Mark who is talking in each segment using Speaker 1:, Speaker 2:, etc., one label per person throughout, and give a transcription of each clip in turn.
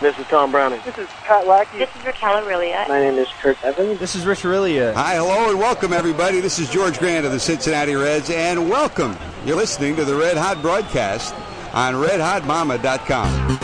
Speaker 1: This is Tom Browning.
Speaker 2: This is Pat Lackey.
Speaker 3: This is Raquel Aurelia.
Speaker 4: My name is Kurt Evans.
Speaker 5: This is Rich Aurelia.
Speaker 6: Hi, hello, and welcome, everybody. This is George Grant of the Cincinnati Reds, and welcome. You're listening to the Red Hot broadcast on redhotmama.com.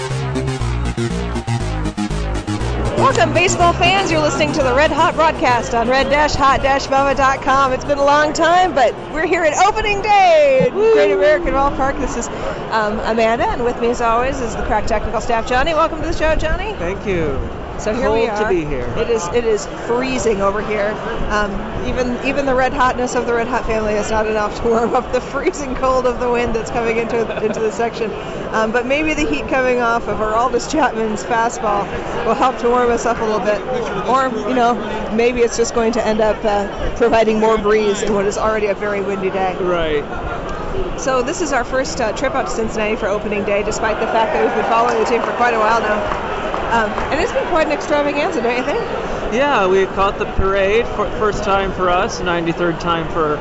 Speaker 7: Welcome, baseball fans. You're listening to the Red Hot broadcast on red-hot-mama.com. It's been a long time, but we're here at opening day at Great American Ballpark. Park. This is um, Amanda, and with me, as always, is the crack technical staff, Johnny. Welcome to the show, Johnny.
Speaker 8: Thank you.
Speaker 7: So here we
Speaker 8: Cold
Speaker 7: are.
Speaker 8: to be here.
Speaker 7: It is it is freezing over here. Um, even even the red hotness of the red hot family is not enough to warm up the freezing cold of the wind that's coming into into the section. Um, but maybe the heat coming off of Araldis Chapman's fastball will help to warm us up a little bit. Or you know maybe it's just going to end up uh, providing more breeze in what is already a very windy day.
Speaker 8: Right.
Speaker 7: So this is our first uh, trip out to Cincinnati for opening day, despite the fact that we've been following the team for quite a while now. Um, and it's been quite an extravaganza, don't you think?
Speaker 8: Yeah, we caught the parade for first time for us, 93rd time for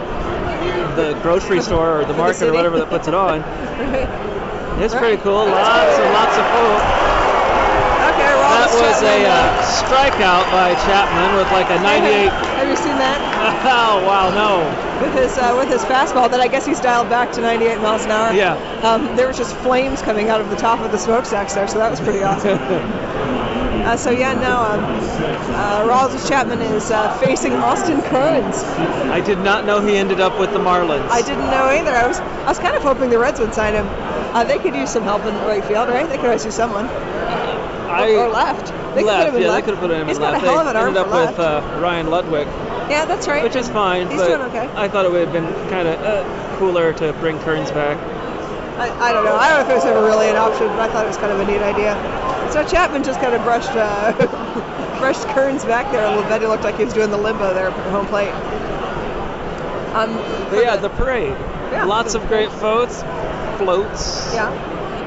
Speaker 8: the grocery store or the market
Speaker 7: city.
Speaker 8: or whatever that puts it on.
Speaker 7: okay,
Speaker 8: It's
Speaker 7: Right.
Speaker 8: pretty cool. Lots and lots of folk.
Speaker 7: we're all
Speaker 8: That
Speaker 7: just
Speaker 8: was
Speaker 7: chatting
Speaker 8: a
Speaker 7: now.
Speaker 8: uh, strikeout by Chapman with like a 98.
Speaker 7: Have you seen that
Speaker 8: oh wow, no.
Speaker 7: with his uh, with his fastball? That I guess he's dialed back to 98 miles an hour.
Speaker 8: Yeah.
Speaker 7: Um, there was just flames coming out of the top of the smokestacks there, so that was pretty awesome. Uh, so yeah, now um, uh, Rollins Chapman is uh, facing Austin Kearns.
Speaker 8: I did not know he ended up with the Marlins.
Speaker 7: I didn't know either. I was I was kind of hoping the Reds would sign him. Uh, they could use some help in right field, right? They could always use someone.
Speaker 8: I,
Speaker 7: or left. They
Speaker 8: left,
Speaker 7: could put him in
Speaker 8: yeah,
Speaker 7: left.
Speaker 8: they could have put him
Speaker 7: He's
Speaker 8: in
Speaker 7: got
Speaker 8: left.
Speaker 7: a hell
Speaker 8: they
Speaker 7: of an arm
Speaker 8: ended up
Speaker 7: for left.
Speaker 8: with uh, Ryan Ludwig.
Speaker 7: yeah, that's right.
Speaker 8: which is fine.
Speaker 7: He's
Speaker 8: but
Speaker 7: doing okay.
Speaker 8: I thought it would have been kind of uh, cooler to bring Kearns back.
Speaker 7: I, I don't know. I don't know if it was ever really an option, but I thought it was kind of a neat idea. So Chapman just kind of brushed uh, brushed Kearns back there a little bit. He looked like he was doing the limbo there at home plate. Um,
Speaker 8: But yeah, the parade.
Speaker 7: Yeah.
Speaker 8: Lots of great floats. Floats.
Speaker 7: yeah.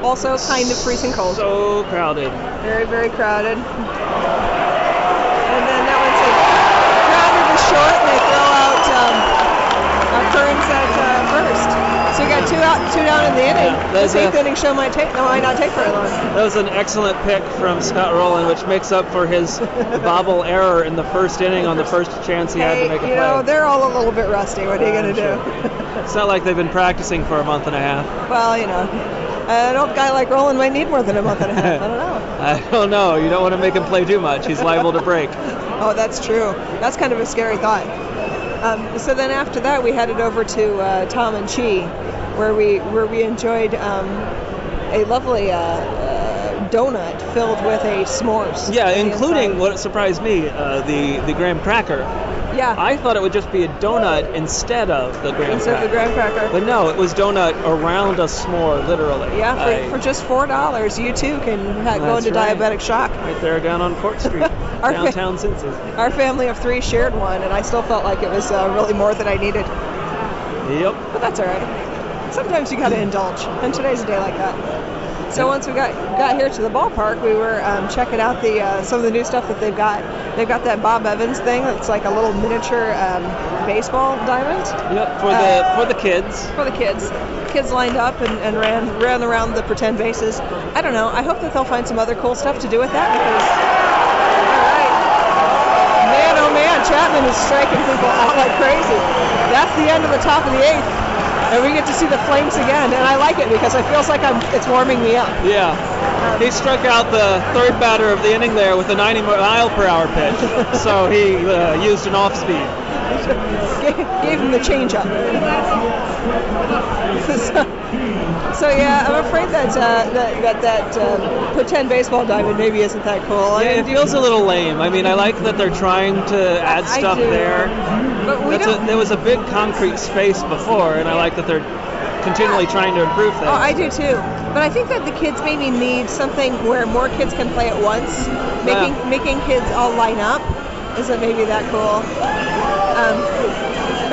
Speaker 7: Also kind of freezing cold.
Speaker 8: So crowded.
Speaker 7: Very, very crowded. And then that one's a crowded to short, and they throw out um, uh, Kearns at uh, first. So you got two out, two down in the inning.
Speaker 8: Yeah,
Speaker 7: this
Speaker 8: that's
Speaker 7: eighth
Speaker 8: a-
Speaker 7: inning show might take, no, might not take very long.
Speaker 8: That was an excellent pick from Scott Rowland, which makes up for his bobble error in the first inning on the first chance he had
Speaker 7: Hey,
Speaker 8: to make a
Speaker 7: you know
Speaker 8: play.
Speaker 7: they're all a little bit rusty. What are you gonna do?
Speaker 8: It's not like they've been practicing for a month and a half.
Speaker 7: Well, you know, an old guy like Roland might need more than a month and a half. I don't know.
Speaker 8: I don't know. You don't want to make him play too much. He's liable to break.
Speaker 7: Oh, that's true. That's kind of a scary thought. Um, so then after that, we headed over to uh, Tom and Chi, where we where we enjoyed um, a lovely uh, uh, donut filled with a s'mores.
Speaker 8: Yeah,
Speaker 7: on the
Speaker 8: including
Speaker 7: inside.
Speaker 8: what surprised me, uh, the the graham cracker.
Speaker 7: Yeah,
Speaker 8: I thought it would just be a donut instead of the graham
Speaker 7: instead of the graham cracker.
Speaker 8: But no, it was donut around a s'more, literally.
Speaker 7: yeah, for,
Speaker 8: I-
Speaker 7: for just four dollars, you too can ha- go
Speaker 8: That's
Speaker 7: into
Speaker 8: right.
Speaker 7: diabetic shock.
Speaker 8: right there down on Court Street,
Speaker 7: Our
Speaker 8: downtown Cincy.
Speaker 7: Our family of three shared one, and I still felt like it was uh, really more than I needed.
Speaker 8: Yep.
Speaker 7: But that's all right. Sometimes you gotta indulge, and today's a day like that. So once we got got here to the ballpark, we were um, checking out the uh, some of the new stuff that they've got. They've got that Bob Evans thing that's like a little miniature um, baseball diamond
Speaker 8: Yep. For
Speaker 7: Uh,
Speaker 8: the for the kids.
Speaker 7: for the kids. Kids lined up and, and ran ran around the pretend bases. I don't know. I hope that they'll find some other cool stuff to do with that because. all right, Man, oh man, Chapman is striking people out like crazy. That's the end of the top of the eighth, and we get to see the flames again. And I like it because it feels like I'm, it's warming me up.
Speaker 8: Yeah. He struck out the third batter of the inning there with a 90 mile per hour pitch, so he uh, used an off speed.
Speaker 7: gave, gave him the change up. so, so, yeah, I'm afraid that uh, that that, that uh, pretend baseball diamond maybe isn't that cool.
Speaker 8: Yeah, it feels a little lame. I mean, I like that they're trying to add
Speaker 7: I
Speaker 8: stuff
Speaker 7: do.
Speaker 8: there.
Speaker 7: But we
Speaker 8: That's
Speaker 7: don't.
Speaker 8: a, there was a big concrete space before, and I like that they're continually trying to improve things.
Speaker 7: Oh, I do too. But I think that the kids maybe need something where more kids can play at once. Making
Speaker 8: Yeah.
Speaker 7: making kids all line up isn't maybe that cool. Um,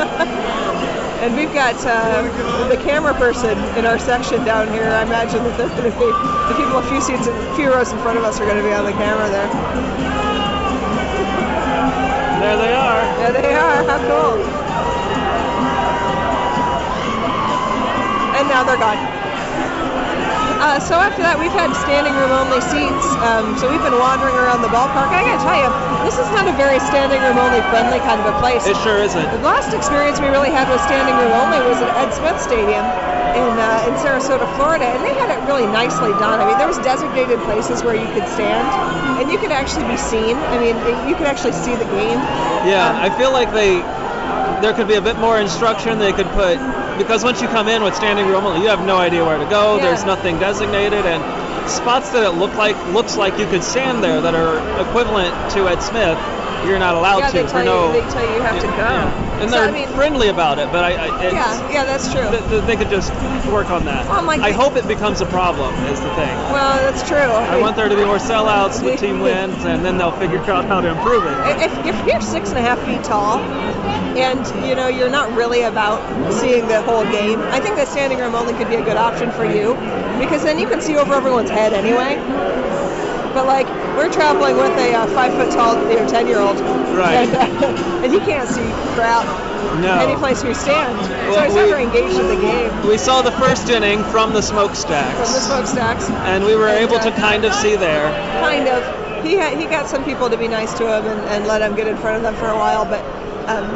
Speaker 7: and we've got uh, the camera person in our section down here. I imagine that they're going to be the people a few seats, a few rows in front of us are going to be on the camera there.
Speaker 8: There they are.
Speaker 7: There they are. How cool. And now they're gone. Uh, so after that, we've had standing room only seats. Um, so we've been wandering around the ballpark. And I gotta tell you, this is not a very standing room only friendly kind of a place.
Speaker 8: It sure isn't.
Speaker 7: The last experience we really had with standing room only was at Ed Smith Stadium in, uh, in Sarasota, Florida, and they had it really nicely done. I mean, there was designated places where you could stand, and you could actually be seen. I mean, you could actually see the game.
Speaker 8: Yeah, I feel like they there could be a bit more instruction they could put because once you come in with standing room only, you have no idea where to go.
Speaker 7: Yeah.
Speaker 8: There's nothing designated and spots that it look like looks like you could stand there that are equivalent to Ed Smith. You're not allowed
Speaker 7: yeah,
Speaker 8: to
Speaker 7: they
Speaker 8: for
Speaker 7: tell,
Speaker 8: no.
Speaker 7: you, they tell you you have to go.
Speaker 8: Yeah. And
Speaker 7: so,
Speaker 8: they're
Speaker 7: I mean,
Speaker 8: friendly about it, but I, I it's,
Speaker 7: yeah, yeah, that's true.
Speaker 8: th- th- they could just work on that.
Speaker 7: Well, I'm like-
Speaker 8: I hope it becomes a problem is the thing.
Speaker 7: well, that's true.
Speaker 8: I want there to be more sellouts, the team wins, and then they'll figure out how to improve it.
Speaker 7: if, if you're six and a half feet tall and you know you're not really about seeing the whole game i think that standing room only could be a good option for you because then you can see over everyone's head anyway but like we're traveling with a uh, five foot tall you know, 10 year old
Speaker 8: Right.
Speaker 7: and, and he can't see crap
Speaker 8: No.
Speaker 7: any place we stand so
Speaker 8: Well,
Speaker 7: he's
Speaker 8: we-
Speaker 7: never engaged in the game
Speaker 8: We saw the first inning from the smokestacks,
Speaker 7: from the smokestacks
Speaker 8: and we were able to kind of see there.
Speaker 7: kind of. He had, he got some people to be nice to him and, and let him get in front of them for a while, but um,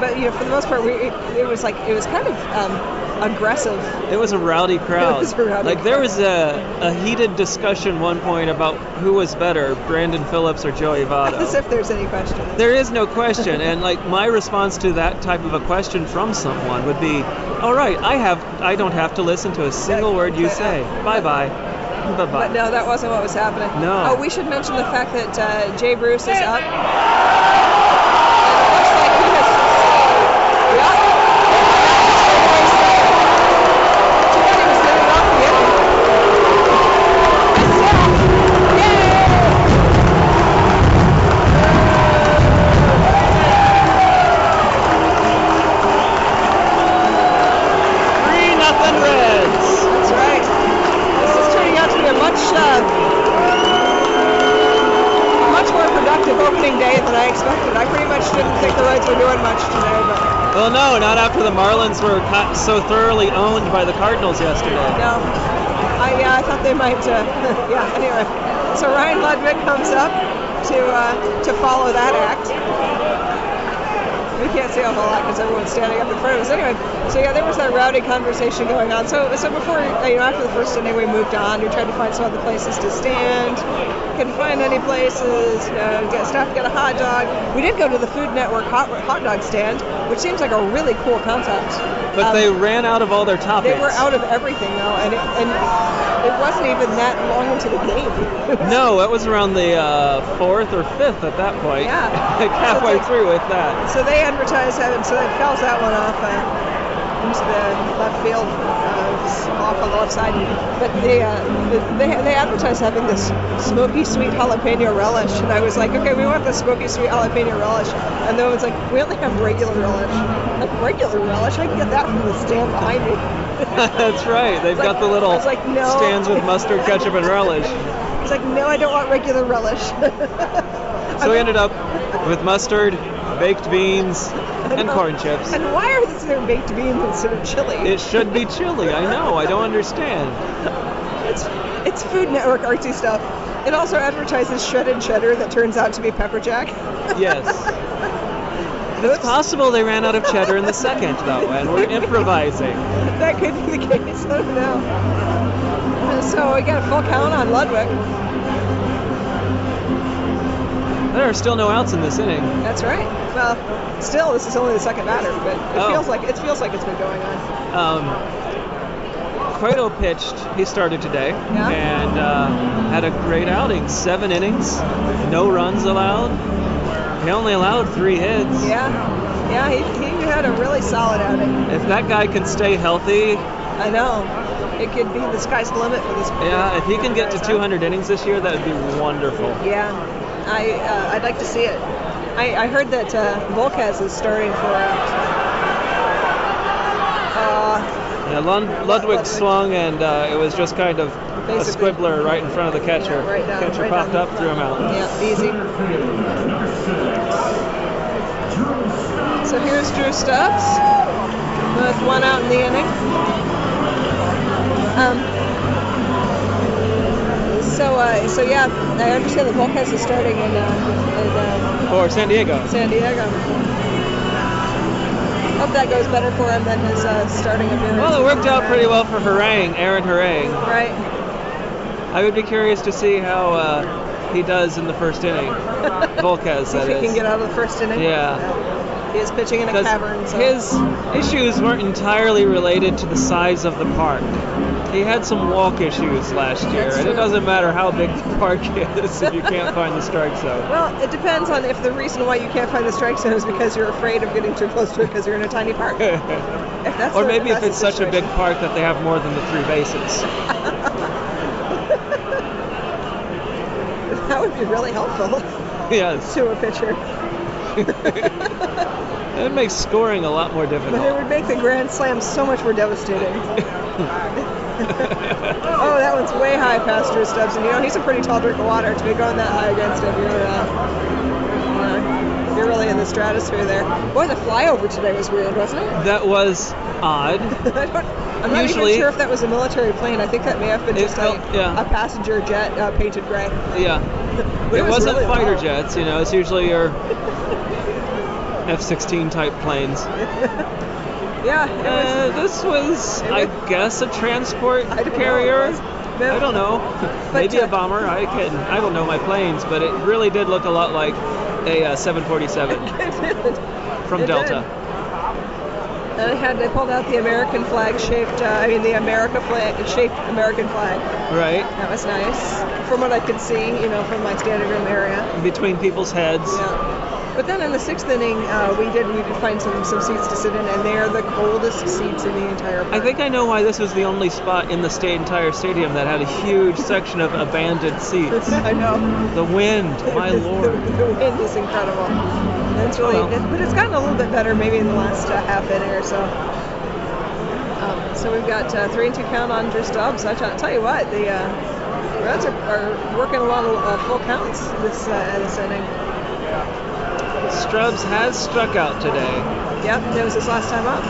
Speaker 7: but you know for the most part we it, it was like it was kind of um, aggressive.
Speaker 8: It was a rowdy crowd.
Speaker 7: It was a rowdy
Speaker 8: like there
Speaker 7: crowd.
Speaker 8: was a, a heated discussion one point about who was better, Brandon Phillips or Joey
Speaker 7: As
Speaker 8: Votto.
Speaker 7: if there's any question.
Speaker 8: there is no question, and like my response to that type of a question from someone would be, "All right, I have I don't have to listen to a single word you
Speaker 7: but, uh,
Speaker 8: say. Bye bye, bye
Speaker 7: But uh,
Speaker 8: bye."
Speaker 7: no, that wasn't what was happening.
Speaker 8: No.
Speaker 7: Oh, we should mention the fact that uh, Jay Bruce is up. And it looks like he has sustained- Yup. Too bad he was living off the end.
Speaker 8: Three nothing Reds.
Speaker 7: That's right. This is turning out to be a much, uh, much more productive opening day than I expected. I pretty much didn't think the Reds were doing much today, but
Speaker 8: Well, no, not after the Marlins were co- so thoroughly owned by the Cardinals yesterday.
Speaker 7: no. I, yeah, I thought they might. Uh, yeah. Anyway, so Ryan Ludwig comes up to uh, to follow that act. We can't see a whole lot because everyone's standing up in front of us. Anyway, so yeah, there was that rowdy conversation going on. So so before uh, you know, after the first inning, we moved on. We tried to find some other places to stand. Couldn't find any places. You know, got staff got a hot dog. We did go to the Food Network hot, hot dog stand, which seems like a really cool concept.
Speaker 8: But
Speaker 7: Um,
Speaker 8: they ran out of all their topics.
Speaker 7: they were out of everything though, and it, and it wasn't even that long into the game.
Speaker 8: No, it was around the uh, fourth or fifth at that point.
Speaker 7: Yeah.
Speaker 8: like halfway through with that.
Speaker 7: so they advertised that, and so that fouls that one off uh, into the left field, uh, off on the left side. But the, uh, the they they advertised having this smoky sweet jalapeno relish, and I was like, okay, we want the smoky sweet jalapeno relish, and the woman's like, we only have regular relish. Like regular relish, I can get that from the stand behind me.
Speaker 8: That's right. They've
Speaker 7: It's
Speaker 8: got
Speaker 7: like-
Speaker 8: the little
Speaker 7: it's like, no.
Speaker 8: stands with mustard, ketchup, and relish.
Speaker 7: It's like, no, I don't want regular relish.
Speaker 8: So we ended up with mustard, baked beans, and corn chips.
Speaker 7: And why are there baked beans instead of chili?
Speaker 8: It should be chili. I know. I don't understand.
Speaker 7: It's it's Food Network artsy stuff. It also advertises shredded cheddar that turns out to be pepper jack.
Speaker 8: Yes.
Speaker 7: Oops.
Speaker 8: It's possible they ran out of cheddar in the second, though, and we're improvising.
Speaker 7: That could be the case. I don't know. And So we got a full count on Ludwig.
Speaker 8: There are still no outs in this inning.
Speaker 7: That's right. Well, still, this is only the second batter, but it
Speaker 8: Oh.
Speaker 7: feels like it feels like it's been going on.
Speaker 8: Um, Cueto pitched. He started today
Speaker 7: Yeah.
Speaker 8: and uh, had a great outing. Seven innings, no runs allowed. He only allowed three hits.
Speaker 7: Yeah, yeah. He, he had a really solid outing.
Speaker 8: If that guy can stay healthy,
Speaker 7: I know. It could be the sky's the limit for this.
Speaker 8: yeah, if he can get to 200 innings this year, that would be wonderful.
Speaker 7: Yeah, I uh, I'd like to see it. I, I heard that uh, Volquez is starting for. Uh, uh,
Speaker 8: Yeah, Lund- Ludwig swung, and uh, it was just kind of a
Speaker 7: Basically.
Speaker 8: squibbler right in front of the catcher.
Speaker 7: yeah, right down,
Speaker 8: catcher
Speaker 7: right
Speaker 8: popped
Speaker 7: down.
Speaker 8: up, threw him out.
Speaker 7: Yeah, easy. So here's Drew Stubbs with one out in the inning. Um, So, uh, so yeah, I understand the podcast is starting in, uh, in
Speaker 8: Or San Diego.
Speaker 7: uh, San Diego. Hope that goes better for him than his uh, starting appearance.
Speaker 8: Well, it worked out pretty well for Harang, Aaron Harang.
Speaker 7: Right.
Speaker 8: I would be curious to see how uh, he does in the first inning. Volquez,
Speaker 7: See if
Speaker 8: that
Speaker 7: he
Speaker 8: is.
Speaker 7: can get out of the first inning.
Speaker 8: Yeah.
Speaker 7: He is pitching in a
Speaker 8: 'Cause
Speaker 7: cavern. So.
Speaker 8: His issues weren't entirely related to the size of the park. He had some walk issues last year,
Speaker 7: That's
Speaker 8: and it
Speaker 7: true.
Speaker 8: doesn't matter how big the park is if you can't find the strike zone.
Speaker 7: Well, it depends on if the reason why you can't find the strike zone is because you're afraid of getting too close to it because you're in a tiny park. If that's
Speaker 8: or
Speaker 7: the-
Speaker 8: maybe if
Speaker 7: that's
Speaker 8: it's
Speaker 7: the
Speaker 8: such a big
Speaker 7: situation.
Speaker 8: park that they have more than the three bases.
Speaker 7: That would be really helpful
Speaker 8: yes,
Speaker 7: to a pitcher.
Speaker 8: it makes scoring a lot more
Speaker 7: But it
Speaker 8: difficult.
Speaker 7: would make the Grand Slam so much more devastating. oh, that one's way high past Drew Stubbs, and you know he's a pretty tall drink of water to be going that high against him. You're, uh, uh, you're really in the stratosphere there. Boy, the flyover today was weird, wasn't it?
Speaker 8: That was odd.
Speaker 7: I don't, I'm not
Speaker 8: Usually-
Speaker 7: even sure if that was a military plane. I think that may have been
Speaker 8: It
Speaker 7: just
Speaker 8: felt-
Speaker 7: a,
Speaker 8: yeah.
Speaker 7: a passenger jet uh, painted gray.
Speaker 8: Yeah.
Speaker 7: But
Speaker 8: it,
Speaker 7: it was
Speaker 8: wasn't
Speaker 7: really
Speaker 8: fighter
Speaker 7: loud.
Speaker 8: jets, you know, it's usually your F 16 type planes.
Speaker 7: Yeah,
Speaker 8: Uh,
Speaker 7: it was.
Speaker 8: this was,
Speaker 7: it
Speaker 8: I
Speaker 7: was-
Speaker 8: guess, a transport
Speaker 7: I don't know what it
Speaker 8: carrier.
Speaker 7: was. But-
Speaker 8: I don't know. Maybe
Speaker 7: uh,
Speaker 8: a bomber. I can. I don't know my planes, but it really did look a lot like a uh, 747 from
Speaker 7: It did.
Speaker 8: Delta.
Speaker 7: And it had Uh, they pulled out the American flag shaped. Uh, I mean, the America flag shaped American flag.
Speaker 8: Right
Speaker 7: That was nice, from what I could see. You know, from my standing room area.
Speaker 8: between people's heads.
Speaker 7: Yeah. But then in the sixth inning, uh, we did we did find some some seats to sit in, and they are the coldest seats in the entire. Park.
Speaker 8: I think I know why this was the only spot in the state entire stadium that had a huge section of abandoned seats.
Speaker 7: I know.
Speaker 8: The wind, my
Speaker 7: The-
Speaker 8: lord.
Speaker 7: The, wind is incredible. That's really,
Speaker 8: Well.
Speaker 7: it- but it's gotten a little bit better maybe in the last uh, half inning or so. Um, so we've got uh, three and two count on Drew Stubbs. I tell, tell you what, the uh, Reds are, are working a lot of uh, full counts this uh, this inning.
Speaker 8: Strubs has struck out today,
Speaker 7: Yep, that was his last time up.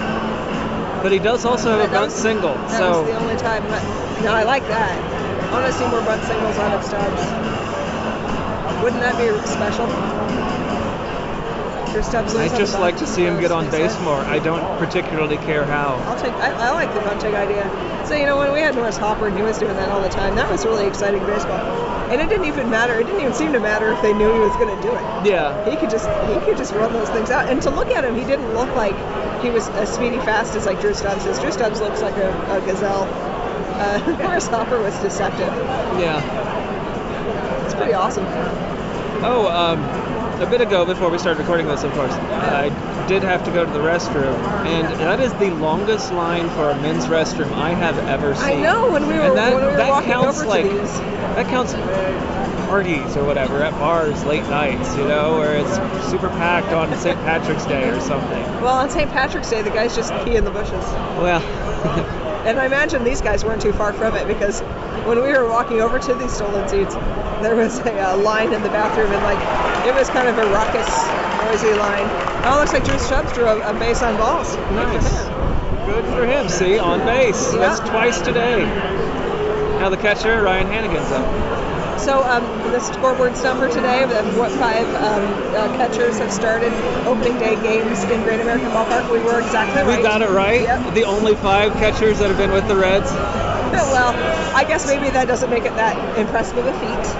Speaker 8: but he does also have a
Speaker 7: That
Speaker 8: bunt
Speaker 7: was-
Speaker 8: single.
Speaker 7: That was the
Speaker 8: So
Speaker 7: only time. But no, I like that. I want to see more bunt singles out of Stubbs. Wouldn't that be special? Drew Stubbs.
Speaker 8: I
Speaker 7: lives on
Speaker 8: just
Speaker 7: the
Speaker 8: like to
Speaker 7: bunt.
Speaker 8: see him
Speaker 7: That
Speaker 8: get
Speaker 7: was
Speaker 8: on
Speaker 7: nice.
Speaker 8: base more. I don't particularly care how.
Speaker 7: I'll take. I, I like the bunting idea. So you know when we had Norris Hopper and he was doing that all the time, that was really exciting baseball. And it didn't even matter. It didn't even seem to matter if they knew he was going to do it.
Speaker 8: Yeah,
Speaker 7: He could just he could just run those things out. And to look at him, he didn't look like he was as speedy fast as like Drew Stubbs is. Drew Stubbs looks like a, a gazelle. Uh, Norris Hopper was deceptive.
Speaker 8: yeah.
Speaker 7: It's pretty awesome.
Speaker 8: Oh, um, a bit ago before we started recording this, of course, I did have to go to the restroom, and that is the longest line for a men's restroom I have ever seen.
Speaker 7: I know when we were
Speaker 8: and that,
Speaker 7: when we were
Speaker 8: that
Speaker 7: walking
Speaker 8: counts
Speaker 7: over
Speaker 8: like
Speaker 7: to these.
Speaker 8: that counts parties or whatever at bars late nights, you know, where it's super packed on St. Patrick's Day or something.
Speaker 7: Well, on St. Patrick's Day, the guys just pee in the bushes.
Speaker 8: Well.
Speaker 7: And I imagine these guys weren't too far from it because when we were walking over to these stolen seats, there was a uh, line in the bathroom and like it was kind of a raucous, noisy line. Oh, it looks like Drew Stubbs drew a, a base on balls. Good for
Speaker 8: Nice.
Speaker 7: him.
Speaker 8: Good for him. See, on base.
Speaker 7: Yeah.
Speaker 8: That's twice today. Now the catcher, Ryan Hannigan's up.
Speaker 7: So um, the scoreboard's number today of what five um, uh, catchers have started opening day games in Great American Ballpark. We were exactly right.
Speaker 8: We got it right.
Speaker 7: Yep. Uh,
Speaker 8: The only five catchers that have been with the Reds.
Speaker 7: well, I guess maybe that doesn't make it that impressive of a feat.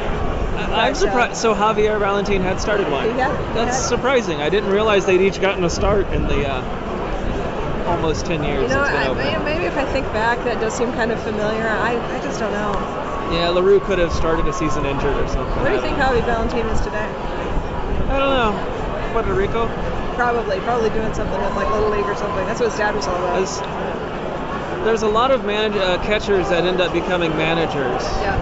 Speaker 8: I- I'm
Speaker 7: Right, so-
Speaker 8: surprised. So Javier Valentin had started one.
Speaker 7: Yeah,
Speaker 8: That's
Speaker 7: yeah.
Speaker 8: surprising. I didn't realize they'd each gotten a start in the uh, almost 10 years
Speaker 7: You know,
Speaker 8: it's been
Speaker 7: I,
Speaker 8: open.
Speaker 7: may- maybe if I think back, that does seem kind of familiar. I, I just don't know.
Speaker 8: Yeah, LaRue could have started a season injured or something.
Speaker 7: What do
Speaker 8: I
Speaker 7: you think
Speaker 8: don't-
Speaker 7: Javi Valentin is today?
Speaker 8: I don't know. Puerto Rico?
Speaker 7: Probably, probably doing something with like Little League or something. That's what his dad was all about.
Speaker 8: As- there's a lot of manage- uh, catchers that end up becoming managers.
Speaker 7: yeah.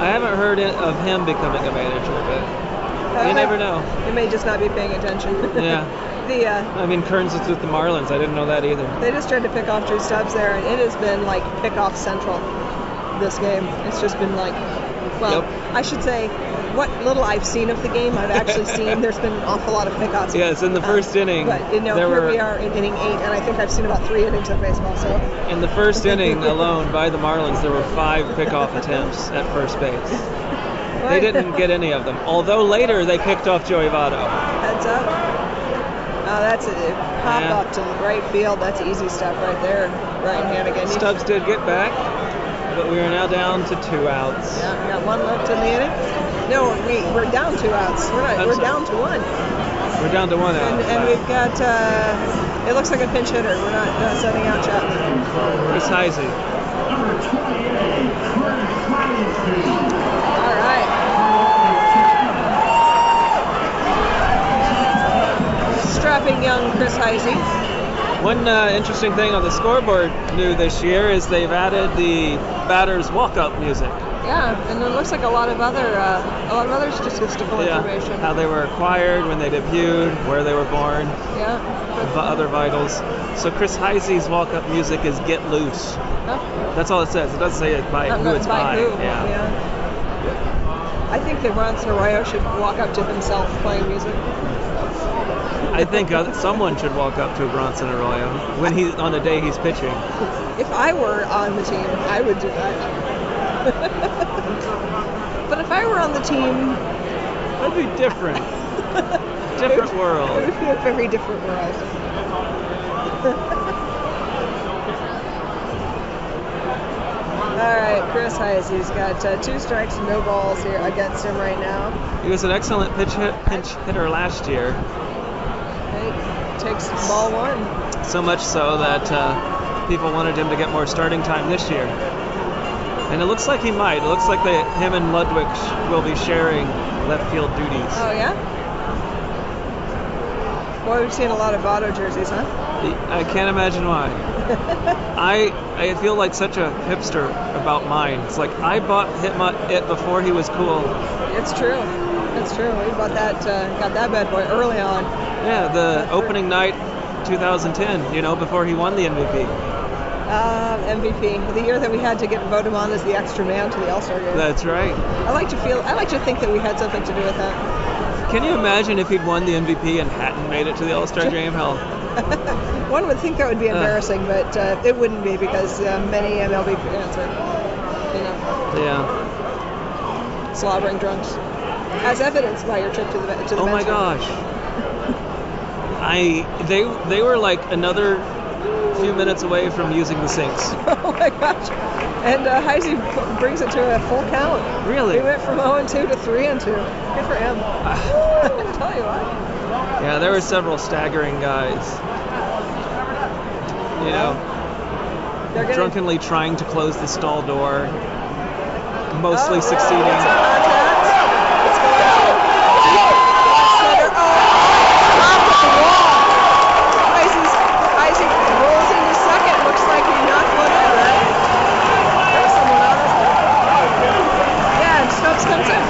Speaker 8: I haven't heard it, of him becoming a manager,
Speaker 7: However,
Speaker 8: never know.
Speaker 7: You may just not be paying attention.
Speaker 8: but yeah.
Speaker 7: the uh,
Speaker 8: I mean, Kearns is with the Marlins. I didn't know that either.
Speaker 7: they just tried to pick off Drew Stubbs there, and it has been like pick off central this game. It's just been like, well,
Speaker 8: Yep.
Speaker 7: I should say what little I've seen of the game, I've actually seen there's been an awful lot of pickoffs. Uh,
Speaker 8: Yes, in the first inning,
Speaker 7: But you know,
Speaker 8: there
Speaker 7: here
Speaker 8: were-
Speaker 7: we are in inning eight, and I think I've seen about three innings of baseball. So
Speaker 8: In the first inning alone, by the Marlins, there were five pickoff attempts at first base. They didn't get any of them. Although later they picked off Joey Votto.
Speaker 7: Heads up. Oh, that's a pop
Speaker 8: Yeah.
Speaker 7: up to the right field. That's easy stuff right there. Ryan Hannigan. You-
Speaker 8: Stubbs did get back, but we are now down to two outs.
Speaker 7: Yeah, we got one left in the inning. No, we, we're down two outs. We're not.
Speaker 8: I'm
Speaker 7: we're
Speaker 8: sorry.
Speaker 7: down to one.
Speaker 8: We're down to one out.
Speaker 7: And, and we've got. Uh, it looks like a pinch hitter. We're not, not setting out Chapman.
Speaker 8: Chris Heisey.
Speaker 7: All right. Strapping young Chris Heisey.
Speaker 8: One uh, interesting thing on the scoreboard new this year is they've added the batter's walk-up music.
Speaker 7: Yeah, and it looks like a lot of other uh, a lot of other statistical information.
Speaker 8: How they were acquired, when they debuted, where they were born,
Speaker 7: yeah.
Speaker 8: the other vitals. So Chris Heisey's walk-up music is "Get Loose."
Speaker 7: Huh?
Speaker 8: That's all it says. It doesn't say it by
Speaker 7: Not-
Speaker 8: who
Speaker 7: not
Speaker 8: it's
Speaker 7: by
Speaker 8: by.
Speaker 7: who,
Speaker 8: Yeah.
Speaker 7: I think that Ron Arroyo should walk up to himself playing music.
Speaker 8: I think uh, someone should walk up to Bronson Arroyo when he on the day he's pitching.
Speaker 7: If I were on the team, I would do that. but if I were on the team,
Speaker 8: That'd be different. different
Speaker 7: it
Speaker 8: world.
Speaker 7: would be a very different world. All right, Chris Heisey's got uh, two strikes and no balls here against him right now.
Speaker 8: He was an excellent pitch hit, pinch hitter last year.
Speaker 7: He takes ball one.
Speaker 8: So much so that uh, people wanted him to get more starting time this year. And it looks like he might. It looks like they, him and Ludwig sh- will be sharing left field duties.
Speaker 7: Oh yeah. Boy, we've seen a lot of auto jerseys, huh?
Speaker 8: I can't imagine why. I I feel like such a hipster about mine. It's like I bought Hitma it before he was cool.
Speaker 7: It's true. It's true. We bought that, uh, got that bad boy early on.
Speaker 8: Yeah, the opening night 2010, you know, before he won the MVP.
Speaker 7: Uh, MVP, the year that we had to get vote him on as the extra man to the All Star game.
Speaker 8: That's right.
Speaker 7: I like to feel, I like to think that we had something to do with that.
Speaker 8: Can you imagine if he'd won the MVP and hadn't made it to the All Star game? Hell,
Speaker 7: One would think that would be
Speaker 8: Uh.
Speaker 7: embarrassing, but uh, it wouldn't be because uh, many MLB fans are, you know,
Speaker 8: yeah.
Speaker 7: slobbering drunks, as evidenced by your trip to the to the
Speaker 8: Oh my
Speaker 7: men's room.
Speaker 8: gosh. I they they were like another few minutes away from using the sinks.
Speaker 7: Oh my gosh. And uh, Heisey p- brings it to a full count.
Speaker 8: Really?
Speaker 7: He went from 0 and 2 to 3 and 2. Good for him. I tell you what.
Speaker 8: Yeah, there were several staggering guys. You know,
Speaker 7: They're gonna,
Speaker 8: drunkenly trying to close the stall door, mostly succeeding.
Speaker 7: Oh, It's a contact. It's going out. Center. Oh, knocked at the wall. Heisey's, Heisey rolls into second. Looks like he knocked one out, right? There was someone on this one. Yeah, and Stubbs comes in.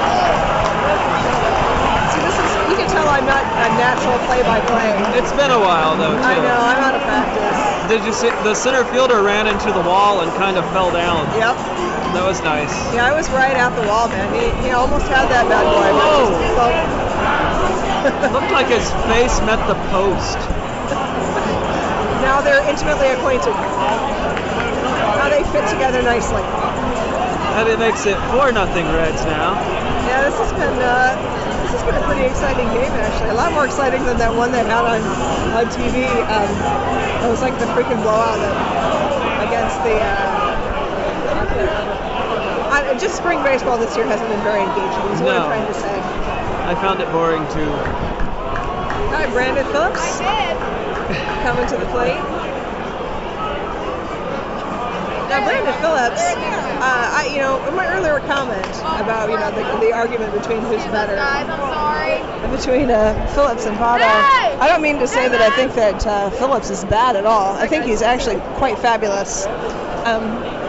Speaker 7: See, this is, you can tell I'm not a natural play-by-play.
Speaker 8: It's been a while though. Too.
Speaker 7: I know, I'm out of practice.
Speaker 8: Did you see the center fielder ran into the wall and kind of fell down?
Speaker 7: Yep.
Speaker 8: That was nice.
Speaker 7: Yeah, I was right at the wall, man. He, he almost had that bad boy. but
Speaker 8: Whoa.
Speaker 7: just- so-
Speaker 8: It looked like his face met the post.
Speaker 7: now they're intimately acquainted. Now they fit together nicely.
Speaker 8: That it makes it four nothing Reds now.
Speaker 7: Yeah, this has been uh, this has been a pretty exciting game actually. A lot more exciting than that one they had on on TV. Um, it was like the freaking blowout that, against the. Uh, I, just spring baseball this year hasn't been very engaging. Is what
Speaker 8: No.
Speaker 7: I'm trying to say.
Speaker 8: I found it boring too.
Speaker 7: Hi, Brandon Phillips.
Speaker 1: I
Speaker 7: coming to the plate. Now, Brandon Phillips, uh, I, you know, in my earlier comment about you know the, the argument between who's
Speaker 1: did.
Speaker 7: better
Speaker 1: Guys, I'm sorry.
Speaker 7: between uh, Phillips and Votto,
Speaker 1: Hey!
Speaker 7: I don't mean to say that I think that uh, Phillips is bad at all. I think he's actually quite fabulous. Um,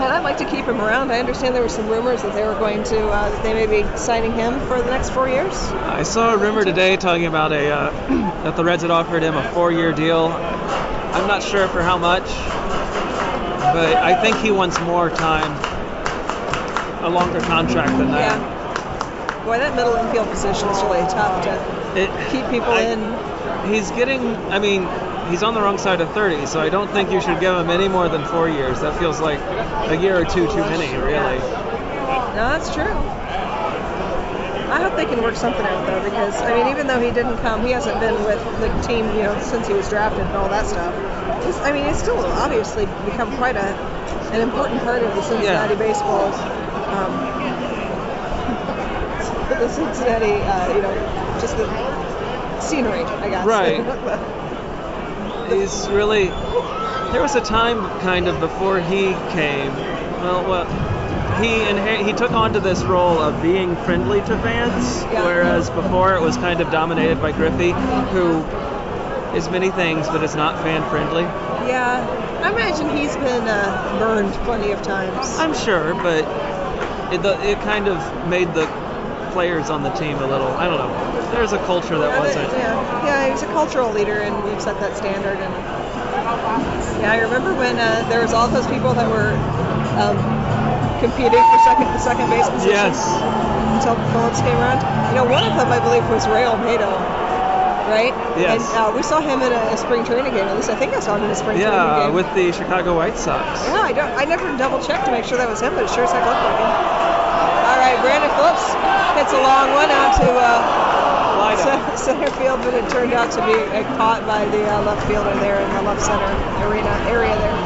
Speaker 7: and I'd like to keep him around. I understand there were some rumors that they were going to, uh, that they may be signing him for the next four years.
Speaker 8: I saw a rumor today talking about a uh, that the Reds had offered him a four-year deal. I'm not sure for how much, but I think he wants more time, a longer contract than that.
Speaker 7: Yeah. Boy, that middle infield position is really tough to
Speaker 8: It,
Speaker 7: keep people
Speaker 8: I-
Speaker 7: in.
Speaker 8: He's getting, I mean, he's on the wrong side of 30, so I don't think you should give him any more than four years. That feels like a year or two too many, really.
Speaker 7: No, that's true. I hope they can work something out though, because I mean, even though he didn't come, he hasn't been with the team, you know, since he was drafted and all that stuff. He's, I mean, he's still obviously become quite a an important part of the Cincinnati baseball, um, the Cincinnati, uh, you know, just the scenery, I guess.
Speaker 8: Right. He's really. There was a time, kind of, before he came. Well, well, he inher- he took on to this role of being friendly to fans,
Speaker 7: Yeah.
Speaker 8: whereas before it was kind of dominated by Griffey, who is many things but is not fan friendly.
Speaker 7: yeah, I imagine he's been uh, burned plenty of times.
Speaker 8: I'm sure, but it the, it kind of made the players on the team a little. I don't know. There's a culture that
Speaker 7: Yeah,
Speaker 8: wasn't.
Speaker 7: that- Yeah, yeah, he was a cultural leader, and we've set that standard. And yeah, I remember when uh, there was all those people that were um, competing for second the second base position
Speaker 8: Yes.
Speaker 7: until Phillips came around. You know, one of them I believe was Ray Olmedo, right?
Speaker 8: Yes.
Speaker 7: And uh, we saw him in a, a spring training game. At least I think I saw him in a spring training
Speaker 8: Yeah,
Speaker 7: game.
Speaker 8: with the Chicago White Sox.
Speaker 7: Yeah, I don't. I never double checked to make sure that was him, but it sure as heck looked like him. All right, Brandon Phillips hits a long one out to. Uh,
Speaker 8: Line up.
Speaker 7: cen- center field, but it turned out to be uh, caught by the uh, left fielder there in the left center arena area there.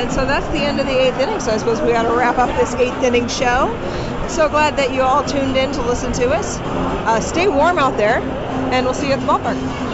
Speaker 7: And so that's the end of the eighth inning. So I suppose we got to wrap up this eighth inning show. So glad that you all tuned in to listen to us. Uh, stay warm out there, and we'll see you at the ballpark.